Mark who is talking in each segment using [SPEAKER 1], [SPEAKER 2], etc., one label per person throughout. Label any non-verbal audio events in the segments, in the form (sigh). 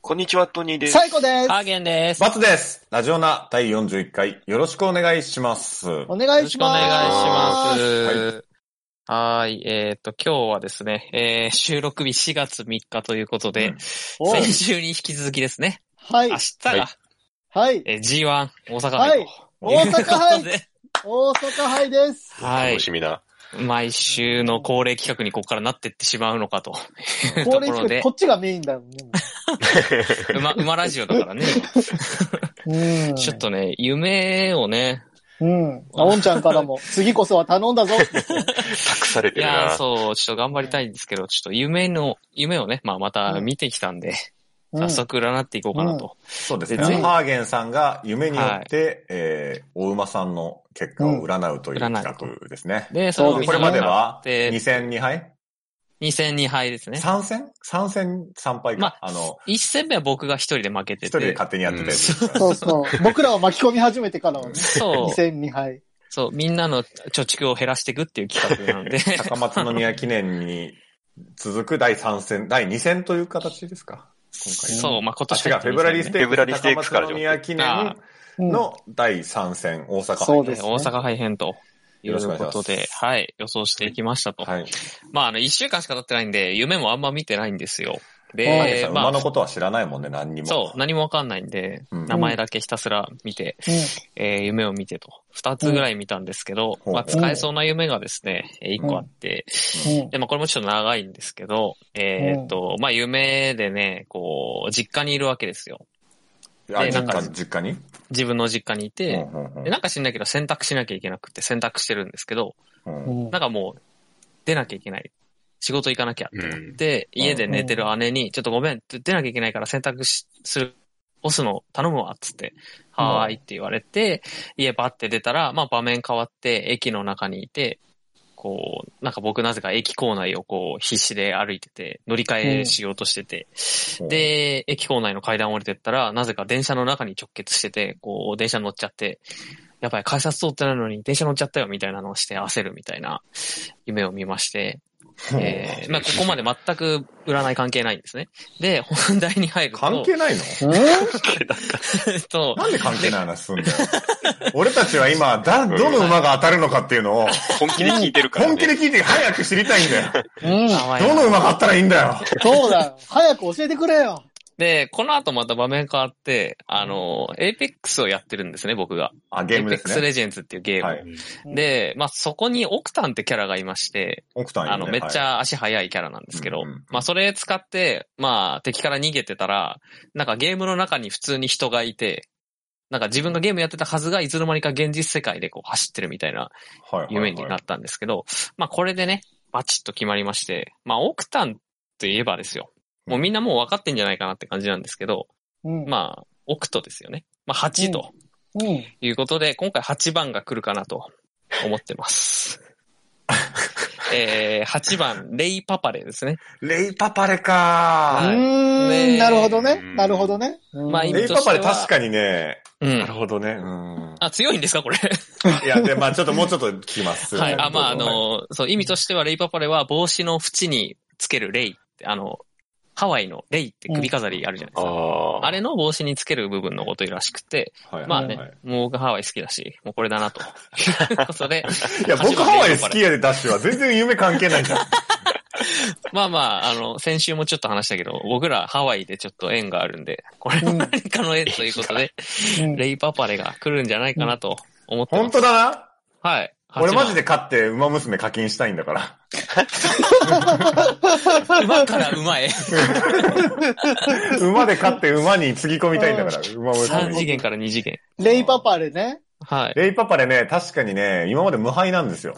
[SPEAKER 1] こんにちは、トニーです。
[SPEAKER 2] 最高です。
[SPEAKER 3] ハーゲンです。
[SPEAKER 4] バツです。ラジオナ第41回、よろしくお願いします。は
[SPEAKER 2] お願
[SPEAKER 3] よろ
[SPEAKER 2] い
[SPEAKER 3] し
[SPEAKER 2] し
[SPEAKER 3] くお願
[SPEAKER 2] ます。
[SPEAKER 3] いします。はーい。えっ、と、今日はですね、えー収録日4月3日ということで、
[SPEAKER 4] うん
[SPEAKER 2] お
[SPEAKER 3] 先週に引き続きですね、
[SPEAKER 2] はい
[SPEAKER 3] 明。日が、
[SPEAKER 4] はい
[SPEAKER 2] はい。
[SPEAKER 3] えー G1 大阪
[SPEAKER 2] は
[SPEAKER 3] 杯
[SPEAKER 2] い。
[SPEAKER 3] と
[SPEAKER 2] 大
[SPEAKER 3] いうこ
[SPEAKER 2] 阪杯
[SPEAKER 3] とで、
[SPEAKER 2] 大阪杯です。
[SPEAKER 3] はい
[SPEAKER 1] 楽。しみな。
[SPEAKER 3] 毎週の恒例企画にここからなってってしまうのか (laughs) と。 (laughs)
[SPEAKER 2] 恒例
[SPEAKER 3] ところ
[SPEAKER 2] 企
[SPEAKER 3] で
[SPEAKER 2] 画、こっちがメインだよ
[SPEAKER 3] (laughs)
[SPEAKER 2] ね。
[SPEAKER 3] 馬、馬ラジオだからね。
[SPEAKER 2] うん。
[SPEAKER 3] ちょっ。とね、夢をね、
[SPEAKER 2] うん。あ、おんちゃんからも、次こそは頼ん
[SPEAKER 3] (laughs)
[SPEAKER 2] だぞ。
[SPEAKER 1] 託され
[SPEAKER 3] い
[SPEAKER 1] てる
[SPEAKER 3] やー
[SPEAKER 1] な。
[SPEAKER 3] そう、ちょっと頑張りたいんですけど、ちょっと夢の、夢をね、まあまた見てきたんで、
[SPEAKER 2] うん
[SPEAKER 3] 早速占っていこうかなと。
[SPEAKER 4] そうですね。
[SPEAKER 3] でぜひ
[SPEAKER 4] ハーゲンさんが夢によって、えー、お馬さんの結果を占うという
[SPEAKER 3] うん
[SPEAKER 4] 企画ですね。
[SPEAKER 3] で、
[SPEAKER 2] そう
[SPEAKER 3] の
[SPEAKER 2] です
[SPEAKER 4] これまでは、
[SPEAKER 3] で
[SPEAKER 4] 2戦2敗
[SPEAKER 3] 2戦2敗ですね。
[SPEAKER 4] ?3 戦 ?3 戦3敗か。
[SPEAKER 3] ま
[SPEAKER 4] あの、
[SPEAKER 3] 1戦目は僕が1人で負け
[SPEAKER 4] 一
[SPEAKER 3] て
[SPEAKER 4] 人で
[SPEAKER 3] て。
[SPEAKER 4] 勝手にやってたやつですから。
[SPEAKER 2] そうそう。僕らを巻き込み始めてからはね。
[SPEAKER 3] そう、
[SPEAKER 2] 2002杯。
[SPEAKER 3] そう、みんなの貯蓄を減らしていくっていう企画な
[SPEAKER 4] (laughs)
[SPEAKER 3] ので、
[SPEAKER 4] (laughs) 高松宮記念に続く第3戦、第2戦という形ですか今回は。
[SPEAKER 3] そう、まあ今
[SPEAKER 4] あ、
[SPEAKER 3] 年
[SPEAKER 4] 違う、フェブラリーステ
[SPEAKER 1] フェブラリーステ
[SPEAKER 4] ー
[SPEAKER 1] ー
[SPEAKER 4] ク
[SPEAKER 1] ク
[SPEAKER 4] ス
[SPEAKER 1] ス
[SPEAKER 4] 高
[SPEAKER 1] から
[SPEAKER 4] 松
[SPEAKER 1] 始まって
[SPEAKER 4] 宮記念
[SPEAKER 2] うん
[SPEAKER 4] の第3戦、大阪杯。
[SPEAKER 2] そう
[SPEAKER 3] ー
[SPEAKER 2] ですね
[SPEAKER 3] 大阪配編と。い
[SPEAKER 4] よ
[SPEAKER 3] う
[SPEAKER 4] ろしくお願いし
[SPEAKER 3] こ
[SPEAKER 4] ます
[SPEAKER 3] とで、はい、予想していきましたと。
[SPEAKER 4] はい。
[SPEAKER 3] まあ、あの、一週間しか経ってないんで、夢もあんま見てないんですよ。
[SPEAKER 4] ハーゲン
[SPEAKER 3] で
[SPEAKER 4] さ、ん、
[SPEAKER 3] ま
[SPEAKER 4] 馬
[SPEAKER 3] あ
[SPEAKER 4] の、ことは知らないもんね、何にも。
[SPEAKER 3] そう、何もわかんないんで、
[SPEAKER 4] うん
[SPEAKER 3] 名前だけひたすら見て、えー夢を見てと。二つぐらい見たんですけど、
[SPEAKER 4] うん
[SPEAKER 3] まあ、使えそうな夢がですね、えー一個あって、
[SPEAKER 2] うん。うん
[SPEAKER 3] で、まあ、これもちょっと長いんですけど、えーっと、まあ、夢でね、こう、実家にいるわけですよ。
[SPEAKER 4] あ
[SPEAKER 3] で
[SPEAKER 4] 実
[SPEAKER 3] なんか
[SPEAKER 4] 家実家に
[SPEAKER 3] 自分の実家にいて、
[SPEAKER 4] うんうんうん
[SPEAKER 3] で、なんか知んないけど、洗濯しなきゃいけなくて、洗濯してるんですけど、
[SPEAKER 4] うん
[SPEAKER 2] うん
[SPEAKER 3] なんかもう、出なきゃいけない。仕事行かなきゃってなって、
[SPEAKER 4] うん
[SPEAKER 3] 家で寝てる姉に、ちょっとごめん、出なきゃいけないから洗濯しする、干すの頼むわ、っつって、
[SPEAKER 2] うん
[SPEAKER 3] はーいって言われて、家バッて出たら、まあ場面変わって、駅の中にいて、こう、なんか僕なぜか駅構内をこう、必死で歩いてて、乗り換えしようとしてて、で、駅構内の階段を降りてったら、なぜか電車の中に直結してて、こう、電車乗っちゃって、やばい、改札通ってないのに電車乗っちゃったよ、みたいなのをして焦るみたいな夢を見まして、えー、まあ、ここまで全く占い関係ないんですね。で、本題に入ると、
[SPEAKER 4] 関係ないの
[SPEAKER 3] えっと、
[SPEAKER 4] なんで関係ない話すんだよ。俺たちは今、だ、どの馬が当たるのかっていうのを、
[SPEAKER 1] 本気で聞いてるからね。
[SPEAKER 4] 本気で聞いて早く知りたいんだよ。
[SPEAKER 2] うん。
[SPEAKER 3] 淡いな
[SPEAKER 4] どの馬が当ったらいいんだよ。
[SPEAKER 2] そうだよ。早く教えてくれよ。
[SPEAKER 3] で、この後また場面変わって、あの、エイペックスをやってるんですね、僕が。
[SPEAKER 4] あ、ゲーム
[SPEAKER 3] エイ
[SPEAKER 4] で
[SPEAKER 3] ペック
[SPEAKER 4] す
[SPEAKER 3] ス
[SPEAKER 4] ね。
[SPEAKER 3] レジェンズっていうゲーム。
[SPEAKER 4] はい。
[SPEAKER 3] で、まあ、そこにオクタンってキャラがいまして、
[SPEAKER 4] 奥さんい
[SPEAKER 3] あ
[SPEAKER 4] る
[SPEAKER 3] の、
[SPEAKER 4] ね
[SPEAKER 3] めっちゃ足早いキャラなんですけど、
[SPEAKER 4] うんうん
[SPEAKER 3] まあ、それ使って、まあ、敵から逃げてたら、なんかゲームの中に普通に人がいて、なんか自分がゲームやってたはずが、いつの間にか現実世界でこう走ってるみたいな
[SPEAKER 4] はいはい
[SPEAKER 3] 夢になったんですけど、まあ、これでね、バチッと決まりまして、まあ、オクタンといえばですよ。もうみんなもう分かってんじゃないかなって感じなんですけど、
[SPEAKER 2] うん。
[SPEAKER 3] まあ、オクトですよね。まあ、8と
[SPEAKER 2] うん。
[SPEAKER 3] いうことで、今回8番が来るかなと思って
[SPEAKER 4] (laughs)
[SPEAKER 3] ます。えー、8番、レイ・パパレですね。
[SPEAKER 4] レイパパレか
[SPEAKER 3] はいうね
[SPEAKER 2] ー
[SPEAKER 3] え
[SPEAKER 2] んなるほどね
[SPEAKER 1] う。ん
[SPEAKER 2] なるほどね。
[SPEAKER 3] まあ
[SPEAKER 2] うん
[SPEAKER 3] 今
[SPEAKER 4] レイパパレ確かにね、
[SPEAKER 3] う
[SPEAKER 4] なんる。ほどね。うん。
[SPEAKER 3] あ、強いんですかこれ。
[SPEAKER 4] いや、で、まあちょっともうちょっと聞きます。
[SPEAKER 3] はい。あ、まあ、あ
[SPEAKER 4] どうぞはい
[SPEAKER 3] の、そう、意味としては、レイ・パパレは帽子の縁につけるレイって、あの、ハワイのレイって首飾りあるじゃないですか。
[SPEAKER 1] ああ。
[SPEAKER 3] あれの帽子につける部分のことらしくて、
[SPEAKER 4] はいはい
[SPEAKER 3] まあね、
[SPEAKER 4] はい
[SPEAKER 3] もう僕ハワイ好きだし、もうこれだ (laughs) なと。いうことで、
[SPEAKER 4] いや、僕
[SPEAKER 3] 8番
[SPEAKER 4] ハワイ
[SPEAKER 3] レパ
[SPEAKER 4] 好
[SPEAKER 3] レ
[SPEAKER 4] きやで、ダッシュは全然夢関係な
[SPEAKER 3] (laughs)
[SPEAKER 4] いじゃん。
[SPEAKER 3] まあまあ、あの、先週もちょっと話したけど、僕らハワイでちょっと縁があるんで、これも
[SPEAKER 2] うん
[SPEAKER 3] 何かの縁ということで、
[SPEAKER 2] うん
[SPEAKER 3] レイパパレが来るんじゃないかなと思ってます。
[SPEAKER 4] 本当だな。
[SPEAKER 3] はい。
[SPEAKER 4] 俺マジ
[SPEAKER 3] で。
[SPEAKER 4] で勝って、馬娘課金したいん
[SPEAKER 3] (laughs)
[SPEAKER 4] だから。
[SPEAKER 3] 馬から馬 (laughs) へ。
[SPEAKER 4] 馬で勝って馬につぎ込みたいん
[SPEAKER 3] (laughs)
[SPEAKER 4] だから、馬娘
[SPEAKER 3] 3次
[SPEAKER 4] に。
[SPEAKER 3] 元から2次元。
[SPEAKER 2] レイパパレね。
[SPEAKER 3] はい。
[SPEAKER 4] レイパパレね、確かにね、今まで無敗なんですよ。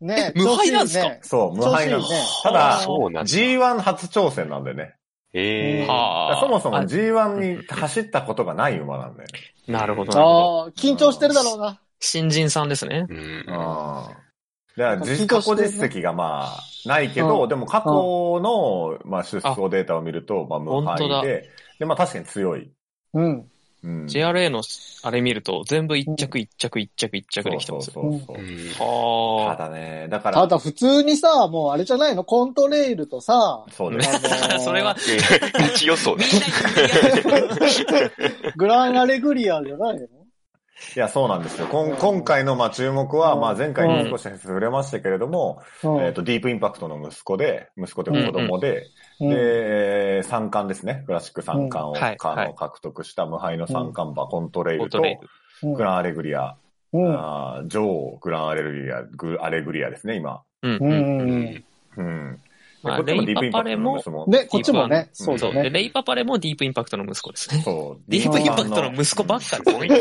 [SPEAKER 2] ね
[SPEAKER 3] え無敗なんすか
[SPEAKER 2] 調子いいね
[SPEAKER 4] そう、無敗なんで
[SPEAKER 2] 調
[SPEAKER 4] す。
[SPEAKER 2] 子いいね
[SPEAKER 4] ただ、
[SPEAKER 1] そうなんだ。
[SPEAKER 4] G1 初挑戦なんでね。
[SPEAKER 1] ええ。
[SPEAKER 3] はあ。
[SPEAKER 4] そもそも
[SPEAKER 3] あ
[SPEAKER 4] G1 に走ったことがない馬なんで。
[SPEAKER 3] なるほどなるほど。
[SPEAKER 2] ああ、緊張してるだろうな。
[SPEAKER 3] 新人さんですね。
[SPEAKER 1] うん。
[SPEAKER 4] ああ。だから実、過去実績がまあ、ないけ
[SPEAKER 2] う
[SPEAKER 4] ど、
[SPEAKER 2] ん
[SPEAKER 4] でも過去の、まあ、出走データを見ると、まあ、無
[SPEAKER 3] 本当だ
[SPEAKER 4] 敗で、で、まあ確かに強い。
[SPEAKER 2] うん。
[SPEAKER 4] うん。
[SPEAKER 3] JRA のあれ見ると、全部一着一着一着一着できてますよ。
[SPEAKER 4] そうそうそうそうた
[SPEAKER 3] はあ。
[SPEAKER 4] だね、だから、
[SPEAKER 2] ただ普通にさ、もうあれじゃないのコントレイルとさ、
[SPEAKER 4] そう
[SPEAKER 3] ね
[SPEAKER 4] です。
[SPEAKER 2] あの
[SPEAKER 3] それは、
[SPEAKER 1] (laughs) 一予想
[SPEAKER 3] み
[SPEAKER 1] で
[SPEAKER 3] ん
[SPEAKER 1] す。
[SPEAKER 3] なに、
[SPEAKER 2] グランアレグリアじゃないの
[SPEAKER 4] いや、そうなんですよ。こん今回の、まあ、注目は、まあ、前回にも少し触れましたけれども、えっと、ディープインパクトの息子で、息子というか子供で、
[SPEAKER 2] うん
[SPEAKER 4] で
[SPEAKER 2] うん、
[SPEAKER 4] えー三冠ですね。クラシック三冠を、
[SPEAKER 3] うんはい
[SPEAKER 4] か
[SPEAKER 3] は
[SPEAKER 4] の
[SPEAKER 3] い
[SPEAKER 4] 獲得した無敗の三冠馬、コントレイ
[SPEAKER 3] オ
[SPEAKER 4] ル
[SPEAKER 3] ー
[SPEAKER 4] と、
[SPEAKER 3] トレイル。
[SPEAKER 2] うん
[SPEAKER 4] グランアレグリア、
[SPEAKER 2] うん
[SPEAKER 4] あー女王、グランアレグリア、グアレグリアですね、今。
[SPEAKER 3] うん
[SPEAKER 2] う
[SPEAKER 3] うん。
[SPEAKER 2] んうん
[SPEAKER 4] うん。
[SPEAKER 3] まあ
[SPEAKER 4] でこっち
[SPEAKER 3] レイパパレも
[SPEAKER 4] ディープインパクトの息子も
[SPEAKER 2] で、こっちもね、
[SPEAKER 4] う
[SPEAKER 2] そ
[SPEAKER 4] ん
[SPEAKER 2] う
[SPEAKER 3] そ
[SPEAKER 2] だ
[SPEAKER 3] う。で
[SPEAKER 2] ね。
[SPEAKER 3] レイパパレもディープインパクトの息子ですね。
[SPEAKER 4] そう。
[SPEAKER 3] ディープインパクトの息子ばっかです
[SPEAKER 1] ごい
[SPEAKER 3] ね。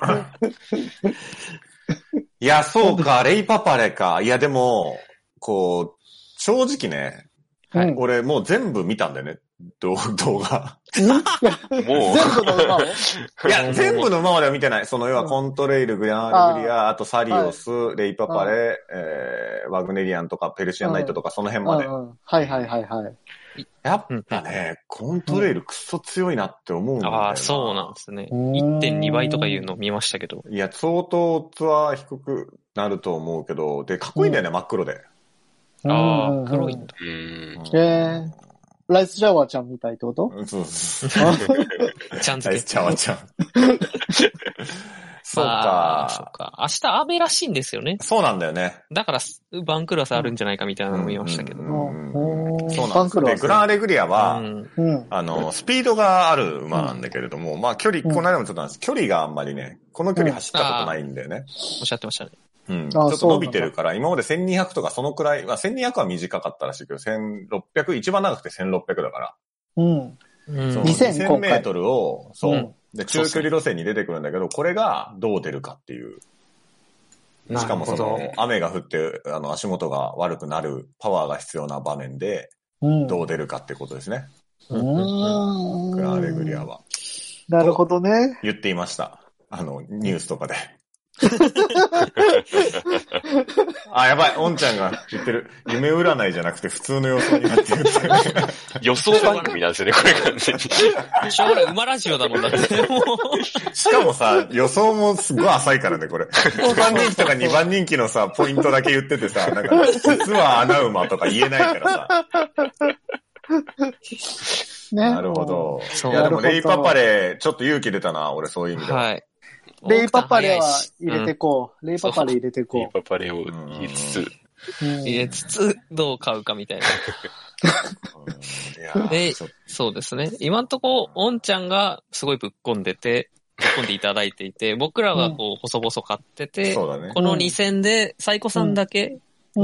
[SPEAKER 1] な
[SPEAKER 4] り。いや、そうか、レイパパレか。いや、でも、こう、正直ね、
[SPEAKER 3] は
[SPEAKER 2] う
[SPEAKER 3] い
[SPEAKER 2] ん。
[SPEAKER 4] 俺もう全部見たんだよね、動 (laughs) 動画。
[SPEAKER 1] もう、
[SPEAKER 2] 全部の馬を
[SPEAKER 4] いや、全部の馬までは見てない。その、要は
[SPEAKER 2] うん
[SPEAKER 4] コントレイル、グランアルグリア、あとサリオス、レイパパレ、えー、ワグネリアンとかペルシアンナイトとか、その辺まで。
[SPEAKER 2] うんうんはいはいはいはい。
[SPEAKER 4] やっぱね、コントレイルクソ強いなって思うんだよな
[SPEAKER 3] ああ、そうなんですね。
[SPEAKER 2] うーん
[SPEAKER 3] 1.2倍とかいうの見ましたけど。
[SPEAKER 4] いや、相当ツアー低くなると思うけど、で、かっこいいんだよね、真っ黒で。
[SPEAKER 3] あ
[SPEAKER 2] うんうんう
[SPEAKER 3] あ、
[SPEAKER 2] ん
[SPEAKER 3] 黒いんだ。
[SPEAKER 1] うん。
[SPEAKER 2] へライスシャワーちゃんみたいってこと
[SPEAKER 4] うんそうそう。
[SPEAKER 3] ちゃん
[SPEAKER 4] ち
[SPEAKER 3] づ (laughs)
[SPEAKER 4] ゃ
[SPEAKER 3] け。
[SPEAKER 4] ちゃわちゃん。そう
[SPEAKER 3] まあそう
[SPEAKER 4] か。
[SPEAKER 3] か。明日雨らしいんですよね。
[SPEAKER 4] そうなんだよね。
[SPEAKER 3] だから、番狂わせあるんじゃないかみたいなのも見ましたけど。
[SPEAKER 4] う
[SPEAKER 3] うんん
[SPEAKER 4] うん
[SPEAKER 2] うん
[SPEAKER 4] そうな
[SPEAKER 2] バン
[SPEAKER 4] んです
[SPEAKER 2] クロ
[SPEAKER 4] よ。
[SPEAKER 2] ー
[SPEAKER 4] で、グランアレグリアは、
[SPEAKER 2] うん。
[SPEAKER 4] あの、スピードがある馬なんだけれども、まあ距離、
[SPEAKER 2] うん
[SPEAKER 4] この間もちょっとなんです。距離があんまりね、この距離走ったことないんだよね。
[SPEAKER 3] おっしゃってましたね。
[SPEAKER 4] うん。ち
[SPEAKER 2] あ
[SPEAKER 4] ょ
[SPEAKER 2] あ
[SPEAKER 4] っと伸びてるから、今まで1200とかそのくらい、まあ1200は短かったらしいけど、1600、一番長くて1600だから。
[SPEAKER 2] うん。
[SPEAKER 3] うん。
[SPEAKER 4] そう
[SPEAKER 2] 2000
[SPEAKER 4] 2000
[SPEAKER 2] 今
[SPEAKER 4] メ
[SPEAKER 2] 回
[SPEAKER 4] ートルを、そううんで、中距離路線に出てくるんだけど、これがどう出るかっていう。
[SPEAKER 3] なるほど
[SPEAKER 4] しかもその、雨が降って、あの、足元が悪くなるパワーが必要な場面で、
[SPEAKER 2] うん。
[SPEAKER 4] どう出るかってことですね。
[SPEAKER 2] う
[SPEAKER 4] グランアレグリア
[SPEAKER 2] は。
[SPEAKER 4] は。
[SPEAKER 2] なるほどね。
[SPEAKER 4] 言っていました。あの、ニュースとか
[SPEAKER 3] (laughs)
[SPEAKER 4] で。あ、やばい、おんちゃんが言ってる。夢占いじゃなくて普通の予想になってる。
[SPEAKER 1] 予想番組なんですよね、これ完全に。
[SPEAKER 3] しょうがない、馬ラジオだもんだって。もう
[SPEAKER 4] しかもさ、予想もすごい浅いからね、
[SPEAKER 3] (laughs)
[SPEAKER 4] これ。1番人気とか2番人気のさ、ポイントだけ言っててさ、なんか、実は穴馬とか言えないからさ。
[SPEAKER 2] ね。
[SPEAKER 4] なるほ。ど。
[SPEAKER 3] そう
[SPEAKER 4] いや、で
[SPEAKER 2] な
[SPEAKER 4] も
[SPEAKER 2] るほど
[SPEAKER 4] レイパパレ、ちょっと勇気出たな、俺そういう意味では。
[SPEAKER 3] はい。
[SPEAKER 2] レイパパレは入れて
[SPEAKER 3] て、
[SPEAKER 2] こう。レイパパレ入れて
[SPEAKER 1] ディー
[SPEAKER 2] こ
[SPEAKER 1] パパレを言いつつ、
[SPEAKER 2] う。
[SPEAKER 3] うん入れつつ、どう買うかみたいな。
[SPEAKER 4] うんいやー
[SPEAKER 3] で
[SPEAKER 4] ちょっと
[SPEAKER 3] そうですね。今んとこ、おんちゃんがすごいぶっ込んでて、ぶっ込んでいただいていて、僕らがこう、細々買ってて、
[SPEAKER 4] そうだね。
[SPEAKER 3] この2戦で、サイコさんだけ、
[SPEAKER 2] うん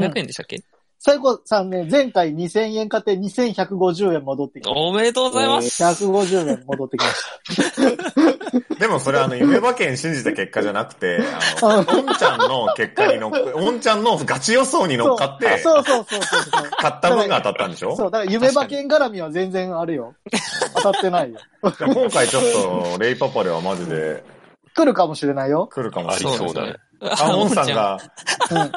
[SPEAKER 3] 500円でしたっけ、
[SPEAKER 2] 最後さんね、前回2000円買って2150円戻ってき
[SPEAKER 3] おめでとうございます。
[SPEAKER 2] た。150円戻ってきまし
[SPEAKER 4] でもそれあの、夢馬券信じた結果じゃなくて、あの、おんちゃんの結果に乗っ、おんちゃんのガチ予想に
[SPEAKER 2] た。
[SPEAKER 4] (laughs) 乗っかって、買
[SPEAKER 2] そうそうそうそうそう。
[SPEAKER 4] (laughs) った分が当たったんでしょ
[SPEAKER 2] そう、だから夢馬券絡みは全然あるよ。当たってないよ。
[SPEAKER 4] でも今回ちょっと、レイパパではマジで
[SPEAKER 2] 来るかもしれないよ。
[SPEAKER 4] 来るかも
[SPEAKER 1] あり
[SPEAKER 4] しれない。
[SPEAKER 1] そうだね。
[SPEAKER 4] あ、おんさん
[SPEAKER 3] が。
[SPEAKER 4] が、
[SPEAKER 2] うん。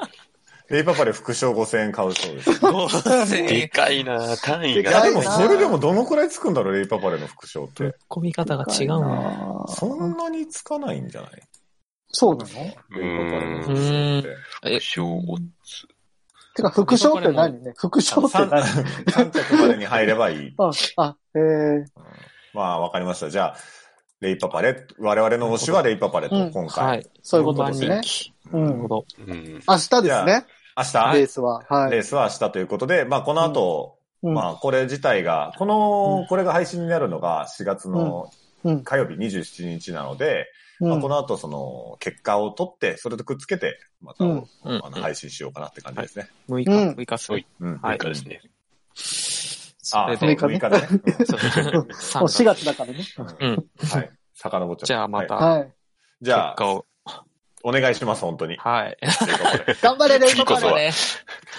[SPEAKER 4] レイパパで副賞5000円買うそうです。
[SPEAKER 3] 5000
[SPEAKER 1] で
[SPEAKER 3] 円。
[SPEAKER 1] かいな単位
[SPEAKER 4] い
[SPEAKER 1] が。
[SPEAKER 4] や、でもそれでもどのくらいつくんだろう、レイパパでの副賞っ。
[SPEAKER 3] (laughs) ぶって込み方が違うな。
[SPEAKER 2] なぁ
[SPEAKER 4] そんなにつかないんじゃない
[SPEAKER 2] そうなの
[SPEAKER 4] レイパパでの副賞って。
[SPEAKER 3] え
[SPEAKER 1] 小を
[SPEAKER 2] てか、副賞って何ね副
[SPEAKER 4] あ
[SPEAKER 2] 賞
[SPEAKER 4] の
[SPEAKER 2] って
[SPEAKER 4] 三
[SPEAKER 2] 何
[SPEAKER 4] 三着までに入れば
[SPEAKER 2] (laughs)
[SPEAKER 4] いい。
[SPEAKER 2] あ、あ、えー、
[SPEAKER 4] まあ、わかりました。じゃあ、レイパパレ、我々の推しはレイパパレと、
[SPEAKER 2] うん
[SPEAKER 4] 今
[SPEAKER 3] は
[SPEAKER 4] 回。
[SPEAKER 3] い。
[SPEAKER 2] そういうことです
[SPEAKER 3] 4番
[SPEAKER 2] ね
[SPEAKER 3] 人。気
[SPEAKER 2] う
[SPEAKER 3] なるほ
[SPEAKER 2] ん。
[SPEAKER 3] ど。
[SPEAKER 1] うん。
[SPEAKER 2] 明日ですね、
[SPEAKER 4] 明日、
[SPEAKER 2] レースは。は
[SPEAKER 4] レ
[SPEAKER 2] い。
[SPEAKER 4] ースは明日ということで、まあ、この後、
[SPEAKER 2] うん
[SPEAKER 4] まあ、これ自体が、この、
[SPEAKER 2] うん
[SPEAKER 4] これが配信になるのが4月
[SPEAKER 2] う
[SPEAKER 4] の
[SPEAKER 2] ん。
[SPEAKER 4] 火曜日27日なので、
[SPEAKER 2] うん
[SPEAKER 4] まあ、この後、その、結果を取って、それとくっつけて、また、
[SPEAKER 2] うん
[SPEAKER 4] あの
[SPEAKER 3] うん
[SPEAKER 4] 配信しようかなって感じですね。
[SPEAKER 3] 6日、
[SPEAKER 2] うん
[SPEAKER 3] 6日っすね。
[SPEAKER 4] うん。
[SPEAKER 3] はい
[SPEAKER 1] 以下ですね。
[SPEAKER 4] あ、
[SPEAKER 3] そ
[SPEAKER 4] そう
[SPEAKER 3] れ
[SPEAKER 2] 六
[SPEAKER 3] で
[SPEAKER 2] 日ね
[SPEAKER 4] 6日だね。
[SPEAKER 3] そう
[SPEAKER 2] もう4
[SPEAKER 3] 3
[SPEAKER 2] 月だからね。
[SPEAKER 4] う
[SPEAKER 3] うんん。
[SPEAKER 4] はい。
[SPEAKER 3] (laughs)
[SPEAKER 4] 遡っちゃった
[SPEAKER 3] じゃあまた
[SPEAKER 4] はい
[SPEAKER 2] はい。
[SPEAKER 4] じゃ
[SPEAKER 3] 結
[SPEAKER 4] あ、
[SPEAKER 3] 果を。
[SPEAKER 4] お願いします、本当
[SPEAKER 3] (laughs)
[SPEAKER 4] に。
[SPEAKER 3] はい。
[SPEAKER 4] レイパパレ
[SPEAKER 2] 頑張れ、レイ
[SPEAKER 1] 次
[SPEAKER 2] パ
[SPEAKER 1] こ
[SPEAKER 2] パ
[SPEAKER 1] そは
[SPEAKER 2] レ。
[SPEAKER 3] ね。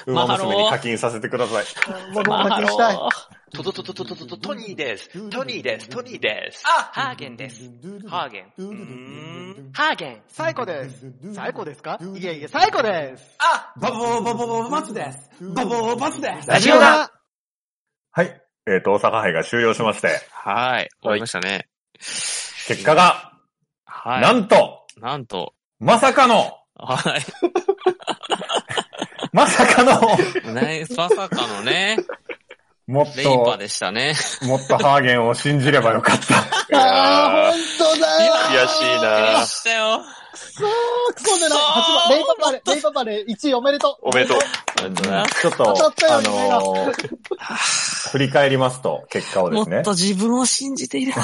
[SPEAKER 4] 馬
[SPEAKER 3] マハロー
[SPEAKER 4] 娘に課金させてください。
[SPEAKER 2] もう課金したい。
[SPEAKER 5] トトトトトトトトトニーです。トニーです。トニーです。
[SPEAKER 6] あ、ハーゲンです。。ハーゲン。
[SPEAKER 5] うーん。
[SPEAKER 6] ハーゲン。
[SPEAKER 5] 最高です。最高ですかいえいえ、最高です。
[SPEAKER 6] あ、バボーバボーババスです。バボーバスです。
[SPEAKER 2] ラジオだ
[SPEAKER 4] はい。えっ、と、大阪杯が終了しまして。
[SPEAKER 3] はい。終わりましたね。
[SPEAKER 4] 結果が、
[SPEAKER 3] はい。
[SPEAKER 4] な
[SPEAKER 3] なん
[SPEAKER 4] んと、
[SPEAKER 3] と、
[SPEAKER 4] まさかの、
[SPEAKER 3] は
[SPEAKER 4] まさ
[SPEAKER 3] (laughs)
[SPEAKER 4] かの、
[SPEAKER 3] い。ね、まさかの (laughs) ね、
[SPEAKER 4] もっ
[SPEAKER 3] レイパー
[SPEAKER 4] と、
[SPEAKER 3] でしたね。
[SPEAKER 4] もっとハーゲンを信じればよかった。
[SPEAKER 2] ああ、
[SPEAKER 1] や
[SPEAKER 2] 本当だよ
[SPEAKER 1] ー悔しい
[SPEAKER 3] びっく
[SPEAKER 1] な
[SPEAKER 3] りしたよ。
[SPEAKER 2] くそークソでない八番レイパパレ、レイパパレ1位おめでとう
[SPEAKER 1] おめでとう。
[SPEAKER 4] ちょっ
[SPEAKER 2] 当たっ
[SPEAKER 4] と、
[SPEAKER 2] た
[SPEAKER 4] あ
[SPEAKER 2] よ夢が
[SPEAKER 4] のー、振り返りますと、結果をで
[SPEAKER 3] も
[SPEAKER 4] すね
[SPEAKER 3] っと、自分を信じていれば。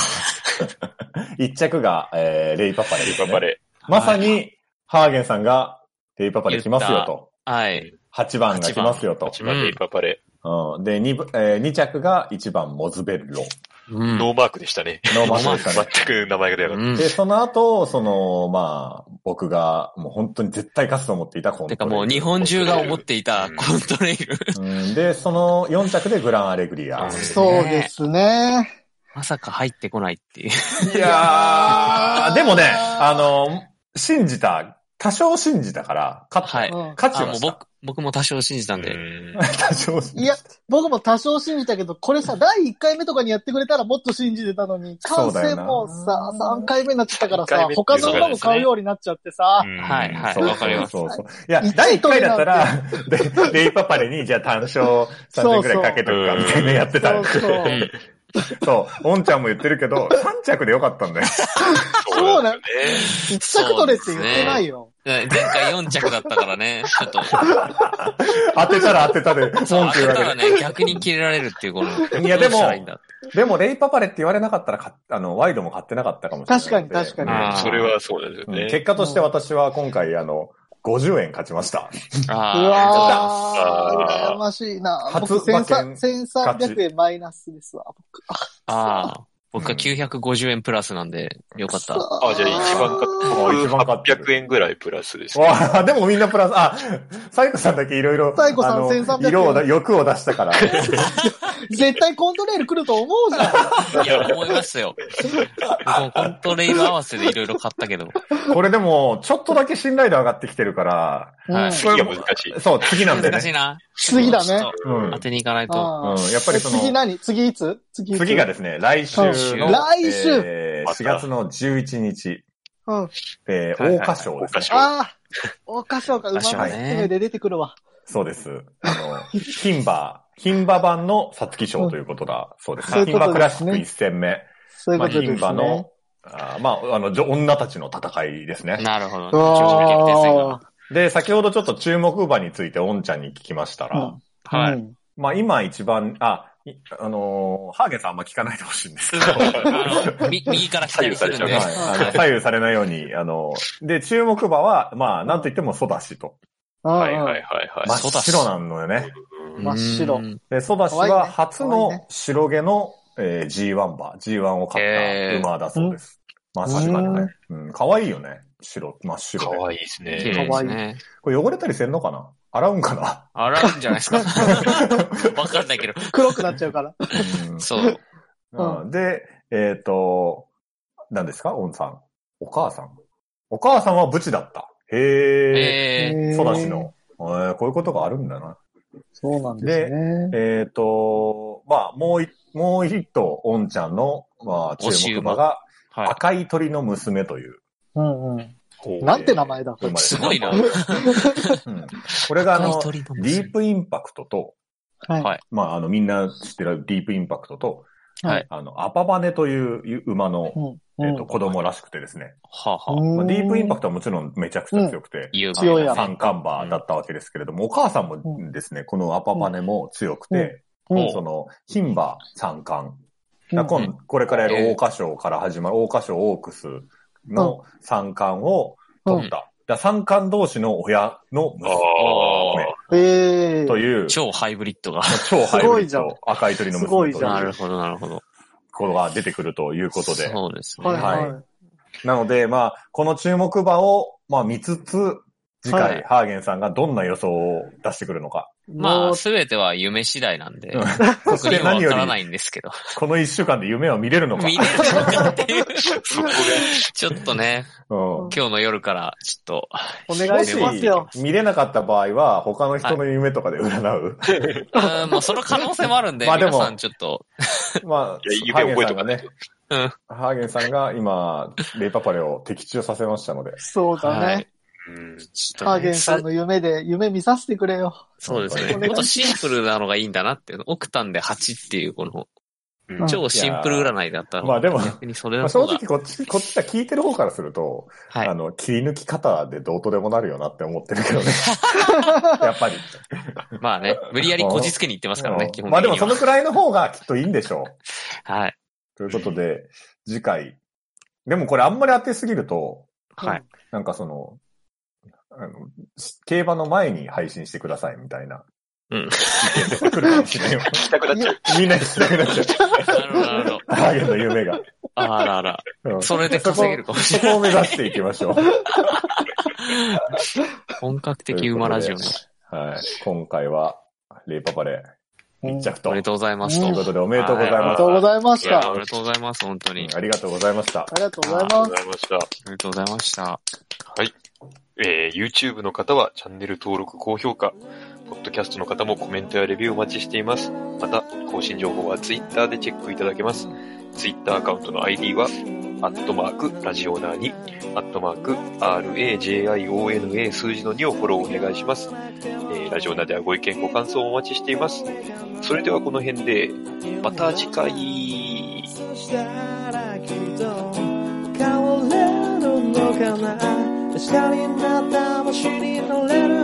[SPEAKER 4] (laughs) 一着が、えー、レイパパレですね、
[SPEAKER 1] 頑張れ。
[SPEAKER 4] まさに、ハーゲンさんが、レイパパレ来ますよと。
[SPEAKER 3] はい。
[SPEAKER 4] 8番が来ますよと。
[SPEAKER 1] 8番レイパパレ。
[SPEAKER 4] うん、で2、えー、2着が1番モズベルロ
[SPEAKER 3] うん
[SPEAKER 1] ノーマークでしたね。
[SPEAKER 4] のマ
[SPEAKER 3] ー
[SPEAKER 4] ス
[SPEAKER 3] ク
[SPEAKER 4] で
[SPEAKER 3] で
[SPEAKER 4] し
[SPEAKER 3] (laughs) した
[SPEAKER 4] ね。
[SPEAKER 1] (laughs) 全く名前が出なかった。
[SPEAKER 3] うん
[SPEAKER 4] で、その後、その、まあ、僕が、もう本当に絶対勝つと思っていたコントレイ
[SPEAKER 3] て
[SPEAKER 4] ル
[SPEAKER 3] かもう日本中が思っていたコントレイル。
[SPEAKER 4] うんで、その4着でグランアレグリア。
[SPEAKER 1] うん
[SPEAKER 2] そうですね。
[SPEAKER 3] まさか入ってこないっていう。
[SPEAKER 4] いやー、でもね、あの、信じた、多少信じたから、勝った。
[SPEAKER 3] はい。
[SPEAKER 2] うん
[SPEAKER 4] 勝ち
[SPEAKER 3] あ、
[SPEAKER 4] ま
[SPEAKER 3] もう
[SPEAKER 4] した。
[SPEAKER 3] 僕、僕も多少信じたんで。
[SPEAKER 1] うん
[SPEAKER 4] 多少信
[SPEAKER 2] い
[SPEAKER 4] じ
[SPEAKER 2] や、僕も多少信じたけど、これさ、第1回目とかにやってくれたらもっと信じてたのに、
[SPEAKER 4] そ
[SPEAKER 2] 完
[SPEAKER 4] うだ
[SPEAKER 2] 成
[SPEAKER 4] よな
[SPEAKER 2] もさ、3回目になってたか
[SPEAKER 1] 三
[SPEAKER 2] らさ
[SPEAKER 1] 回目、
[SPEAKER 2] 他の馬も買うようになっちゃってさ、
[SPEAKER 3] はいはい
[SPEAKER 4] そう
[SPEAKER 3] わかります
[SPEAKER 4] そうそうそういや、
[SPEAKER 2] 一位
[SPEAKER 4] 第1回だったら、でレイパパレに、じゃあ単勝3000円くらいかけとくか、みたいなやってたんで。
[SPEAKER 2] そうそう
[SPEAKER 3] うん
[SPEAKER 4] そう、オンちゃんも言ってるけど、3着でよかった
[SPEAKER 2] (laughs)
[SPEAKER 4] んだよ。
[SPEAKER 2] そうね
[SPEAKER 1] だ。ね。
[SPEAKER 2] 1着取れって言ってないよ。
[SPEAKER 3] 前回4着だったからね、ちょ (laughs) っと、
[SPEAKER 4] 当てたら当てたで、文
[SPEAKER 3] そう、あ
[SPEAKER 4] 句言う
[SPEAKER 3] れ
[SPEAKER 4] わ
[SPEAKER 3] た
[SPEAKER 4] け
[SPEAKER 3] らね、逆に切れられるっていう、この、
[SPEAKER 4] いやで
[SPEAKER 3] どう
[SPEAKER 4] も
[SPEAKER 3] したらいいんだ
[SPEAKER 4] で。でも、レイパパレって言われなかったらか、あの、ワイドも買ってなかったかもしれないんで。
[SPEAKER 2] 確かに確か
[SPEAKER 1] う
[SPEAKER 3] に
[SPEAKER 1] んそれはそうなんです
[SPEAKER 4] う
[SPEAKER 1] よ
[SPEAKER 4] ん
[SPEAKER 1] ね。
[SPEAKER 4] 結果として私は今回、あの、50円勝ちました。
[SPEAKER 2] う
[SPEAKER 3] あ
[SPEAKER 2] わー、羨ましいな。
[SPEAKER 4] 初
[SPEAKER 2] 僕
[SPEAKER 4] 馬券
[SPEAKER 2] 1300 1300円マイナスですわ。僕
[SPEAKER 3] ーあー、僕は950円プラスなんで、よかった。
[SPEAKER 1] あ、じゃあ一番か、
[SPEAKER 4] あ一番勝ってる
[SPEAKER 1] 800円ぐらいプラスですね。
[SPEAKER 4] わあでもみんなプラス、あ、サイコさんだけいろいろ、
[SPEAKER 2] サイコさん
[SPEAKER 4] あの
[SPEAKER 2] 1300
[SPEAKER 4] 色をだ、欲を出し
[SPEAKER 2] (laughs)
[SPEAKER 4] たから。
[SPEAKER 2] 絶対コントレール来ると思うじゃん。
[SPEAKER 3] いや、思いますよ。僕もコントレイル合わせでいろいろ買ったけど。
[SPEAKER 4] これでも、ちょっとだけ信頼度上がってきてるから、
[SPEAKER 3] はい
[SPEAKER 1] 次が難しい。
[SPEAKER 4] そう、次なんで
[SPEAKER 3] 難し
[SPEAKER 2] (laughs)
[SPEAKER 3] い
[SPEAKER 4] ね。
[SPEAKER 3] な。
[SPEAKER 2] 次だ
[SPEAKER 3] ちょ
[SPEAKER 2] ね
[SPEAKER 3] っ。
[SPEAKER 4] う
[SPEAKER 3] と
[SPEAKER 4] ん
[SPEAKER 3] 当。てに行かないと。
[SPEAKER 2] あ
[SPEAKER 4] う
[SPEAKER 2] ー
[SPEAKER 4] んやっぱりその
[SPEAKER 2] 次何次いつ次いつ
[SPEAKER 4] 次がですね、来週の、
[SPEAKER 2] 来週
[SPEAKER 4] えー4月の11日、
[SPEAKER 2] うん。
[SPEAKER 4] えー、
[SPEAKER 3] はいはい
[SPEAKER 4] 大花賞です
[SPEAKER 1] 桜花
[SPEAKER 4] ね
[SPEAKER 1] 賞
[SPEAKER 2] ああ、おかしょうか、馬
[SPEAKER 3] お菓子
[SPEAKER 2] の
[SPEAKER 3] はね
[SPEAKER 2] 娘で出てくるわ。
[SPEAKER 4] そうです。あの、牝馬、牝馬版の皐月賞ということだ、そうです。
[SPEAKER 2] そういう
[SPEAKER 4] 牝
[SPEAKER 2] こと
[SPEAKER 4] 馬
[SPEAKER 2] ですね
[SPEAKER 4] クラシック1戦目。
[SPEAKER 2] そういう
[SPEAKER 4] ま
[SPEAKER 2] こ
[SPEAKER 4] あ、
[SPEAKER 2] とで
[SPEAKER 4] 牝
[SPEAKER 2] すね。
[SPEAKER 4] 馬の、あーまあ、あの、女女たちの戦いですね。
[SPEAKER 3] なるほど。
[SPEAKER 2] うわー
[SPEAKER 3] 上
[SPEAKER 4] で、先ほどちょっと注目馬について、オンちゃんに聞きましたら、
[SPEAKER 2] うん
[SPEAKER 3] 決定戦が。は
[SPEAKER 2] う
[SPEAKER 3] い。
[SPEAKER 2] ん
[SPEAKER 4] まあ今一番、あ、いあのーハーゲンさんあんま聞かないでほしいんですけ
[SPEAKER 3] (laughs)
[SPEAKER 4] ど、
[SPEAKER 3] あの、み右から来たりするん
[SPEAKER 1] 左
[SPEAKER 3] で
[SPEAKER 1] 右。
[SPEAKER 4] はい、あの左右されないように、あので、注目馬は、まあ、なんと言ってもソダシと。
[SPEAKER 1] はいはいは
[SPEAKER 2] う
[SPEAKER 1] いはい。
[SPEAKER 4] 真
[SPEAKER 3] ソ
[SPEAKER 4] っ
[SPEAKER 3] ダシ
[SPEAKER 4] 白なんのよね。
[SPEAKER 1] うん
[SPEAKER 2] 真っ白
[SPEAKER 3] うん
[SPEAKER 4] で、ソダシ
[SPEAKER 2] かわいいね
[SPEAKER 4] は初
[SPEAKER 2] かわいい
[SPEAKER 4] の
[SPEAKER 2] ね
[SPEAKER 4] 白毛の、えー G1 馬、G1 を勝った馬だそうです。真っ白のね。うん、可愛いよね。白、真っ白
[SPEAKER 1] か
[SPEAKER 4] で。
[SPEAKER 1] わいいです
[SPEAKER 3] 綺麗
[SPEAKER 1] ね。
[SPEAKER 3] ですね。
[SPEAKER 4] これ汚れたりせんのかな洗うんかな、
[SPEAKER 3] 洗うんじゃないですか。わかんないけど。
[SPEAKER 2] ん黒くなっちゃうから。
[SPEAKER 4] うん
[SPEAKER 3] そう。
[SPEAKER 2] うん
[SPEAKER 4] うんで、えっ、と、何ですかオンさん。お母さん。お母さんはブチだった。へ
[SPEAKER 3] え
[SPEAKER 4] え。
[SPEAKER 2] へー
[SPEAKER 4] ソダシの。えーこういうことがあるんだな。
[SPEAKER 2] そうなんですね。
[SPEAKER 4] えっ、と、まあ、もうい、もう一頭、オンちゃんの、まあ、注
[SPEAKER 3] 押し
[SPEAKER 4] 目
[SPEAKER 3] 馬
[SPEAKER 4] 馬が、
[SPEAKER 3] ー。は
[SPEAKER 4] 赤い鳥の娘という。
[SPEAKER 2] うんうん。
[SPEAKER 1] ほう
[SPEAKER 2] なんて名前だ。
[SPEAKER 4] 生まれ
[SPEAKER 3] い。
[SPEAKER 4] た
[SPEAKER 3] すごいな。
[SPEAKER 4] うんこれが、あの、
[SPEAKER 3] 鳥の
[SPEAKER 4] デ
[SPEAKER 3] 娘
[SPEAKER 4] ィープインパクトと、
[SPEAKER 2] はい
[SPEAKER 3] はい
[SPEAKER 4] まあ、あの、みんな知ってるディープインパクトと、
[SPEAKER 3] はい
[SPEAKER 4] あの、アパバネという馬の、
[SPEAKER 2] うん
[SPEAKER 4] えっ、
[SPEAKER 2] う
[SPEAKER 4] と、
[SPEAKER 2] ん
[SPEAKER 4] 子供らしくてですね。
[SPEAKER 3] はあはあ。
[SPEAKER 4] ま
[SPEAKER 2] う
[SPEAKER 4] あ、
[SPEAKER 2] ん
[SPEAKER 4] ディープインパクトはもちろんめちゃくちゃ強くて、
[SPEAKER 3] 言う
[SPEAKER 2] 強いやろ
[SPEAKER 4] 三冠馬だったわけですけれども、お母さんもですね、このアパパネも強くて、
[SPEAKER 2] うん
[SPEAKER 3] うん
[SPEAKER 4] その、牝馬三冠。
[SPEAKER 2] うん
[SPEAKER 4] だから今これからやる桜花賞から始まる桜花賞オークスの三冠を取った。だから三冠同士の親の
[SPEAKER 1] あ
[SPEAKER 4] 娘
[SPEAKER 1] あ。
[SPEAKER 2] ええ。
[SPEAKER 4] という、
[SPEAKER 3] 超ハイブリッドが。
[SPEAKER 4] 超ハイ
[SPEAKER 2] す
[SPEAKER 4] ブ
[SPEAKER 2] ご
[SPEAKER 4] リ
[SPEAKER 2] い
[SPEAKER 4] ッ
[SPEAKER 2] じゃん
[SPEAKER 4] ド、赤い鳥の
[SPEAKER 2] すご
[SPEAKER 4] 娘
[SPEAKER 2] い
[SPEAKER 4] と
[SPEAKER 2] じゃん
[SPEAKER 3] な
[SPEAKER 4] いう
[SPEAKER 3] るほど、なるほど。
[SPEAKER 4] ことが出てくるということで。
[SPEAKER 3] そうですね。
[SPEAKER 2] はい
[SPEAKER 4] は
[SPEAKER 2] はいい。
[SPEAKER 4] なので、まあ、この注目馬を、まあ、見つつ、次回、
[SPEAKER 3] はい
[SPEAKER 4] ハーゲンさんがどんな予想を出してくるのか。
[SPEAKER 3] ま
[SPEAKER 2] も
[SPEAKER 3] あ、
[SPEAKER 2] う
[SPEAKER 3] すべては夢次第なんで
[SPEAKER 4] うん、
[SPEAKER 3] 僕にはわ
[SPEAKER 4] 何
[SPEAKER 3] か
[SPEAKER 4] より
[SPEAKER 3] らないんですけど。
[SPEAKER 4] この一週間で夢を見れるのか。
[SPEAKER 3] 見れるのかっていう。ちょっとね、
[SPEAKER 4] うん
[SPEAKER 3] 今日の夜から、ちょっと、
[SPEAKER 2] お願いしますよ。
[SPEAKER 4] 見れなかった場合は、他の人の夢とかで
[SPEAKER 3] (laughs)
[SPEAKER 4] 占う。
[SPEAKER 3] うん、もうその可能性もあるんで、
[SPEAKER 4] まあでも
[SPEAKER 3] 皆さんちょっと、
[SPEAKER 4] まあ
[SPEAKER 1] いや、夢覚えとか
[SPEAKER 4] ハーゲンさ
[SPEAKER 3] うん
[SPEAKER 4] んがね、ハーゲンさんが今、レイパパレを的中させましたので。
[SPEAKER 2] そうだ
[SPEAKER 3] は
[SPEAKER 2] ね
[SPEAKER 3] い。
[SPEAKER 1] うん。
[SPEAKER 3] ちょっとね
[SPEAKER 2] ハーゲンさんの夢で、夢見させてくれよ。
[SPEAKER 3] そうです
[SPEAKER 2] お
[SPEAKER 3] ね。
[SPEAKER 2] 願い
[SPEAKER 3] もっとシンプルなのがいいんだなっていうの。オクタンで8っていう、この、
[SPEAKER 1] うん
[SPEAKER 3] 超シンプル占いだったの。
[SPEAKER 4] まあでも
[SPEAKER 3] 逆にそれ
[SPEAKER 4] まあ、
[SPEAKER 3] は
[SPEAKER 4] 正
[SPEAKER 3] そうだ
[SPEAKER 4] 直。こっち、こっちは聞いてる方からすると、
[SPEAKER 3] はい
[SPEAKER 4] あ。の、切り抜き方でどうとでもなるよなって思ってる
[SPEAKER 3] (laughs)
[SPEAKER 4] けどね。 (laughs) やっぱり。
[SPEAKER 3] まあね、無理やりこじつけに行ってますから
[SPEAKER 4] う
[SPEAKER 3] ね
[SPEAKER 4] ん、
[SPEAKER 3] 基本
[SPEAKER 4] まあ
[SPEAKER 3] 的
[SPEAKER 4] で
[SPEAKER 3] に
[SPEAKER 4] も
[SPEAKER 3] は。
[SPEAKER 4] そのくらいの方がきっといいんでしょう。
[SPEAKER 3] はい。
[SPEAKER 4] ということで、次回。でもこれあんまり当てすぎると、
[SPEAKER 3] はい。
[SPEAKER 4] なんかその、あの、競馬の前に配信してくださいみたいな。
[SPEAKER 3] うん。
[SPEAKER 4] 意見とか来るかもしれ
[SPEAKER 3] (laughs)
[SPEAKER 4] ないよ。
[SPEAKER 1] 聞きたくなっちゃう。
[SPEAKER 4] みんな聞きたくなっちゃう。
[SPEAKER 3] なるほど、なるほど。
[SPEAKER 4] ハーゲンの夢が。
[SPEAKER 3] あらあら。
[SPEAKER 4] うん
[SPEAKER 3] それで稼げるかもし
[SPEAKER 4] そ
[SPEAKER 3] れ
[SPEAKER 4] こ
[SPEAKER 3] ない。
[SPEAKER 4] を目指していきましょう。
[SPEAKER 3] 本格的馬ラジオの。
[SPEAKER 4] はい。今回は、レイパパレ、
[SPEAKER 2] うん
[SPEAKER 4] 密着と。
[SPEAKER 3] おめでと
[SPEAKER 4] と
[SPEAKER 3] うございますと。
[SPEAKER 2] う
[SPEAKER 4] い
[SPEAKER 2] ん
[SPEAKER 4] うことで、おめでとうござい
[SPEAKER 2] あり
[SPEAKER 4] ま
[SPEAKER 2] が
[SPEAKER 4] す。
[SPEAKER 2] とうございまし
[SPEAKER 3] いや
[SPEAKER 2] た。
[SPEAKER 3] あ
[SPEAKER 2] あ
[SPEAKER 3] りがとうございます、本当に。
[SPEAKER 4] ありがとうございました。
[SPEAKER 2] りがとうござい
[SPEAKER 1] あ
[SPEAKER 2] ま
[SPEAKER 1] りがとうございました。
[SPEAKER 3] ありがとうございました。
[SPEAKER 1] はい。えー YouTube の方はチャンネル登録、高評価。ポッドキャストの方もコメントやレビューお待ちしています。また、更新情報は Twitter でチェックいただけます。Twitter アカウントの ID は、アットマーク、ラジオナーに、アットマーク、RAJIONA 数字の2をフォローお願いします。えーラジオナーではご意見、ご感想をお待ちしています。それではこの辺で、また次回。
[SPEAKER 7] そしたらきっと変われるのかな明日になったもしに乗れる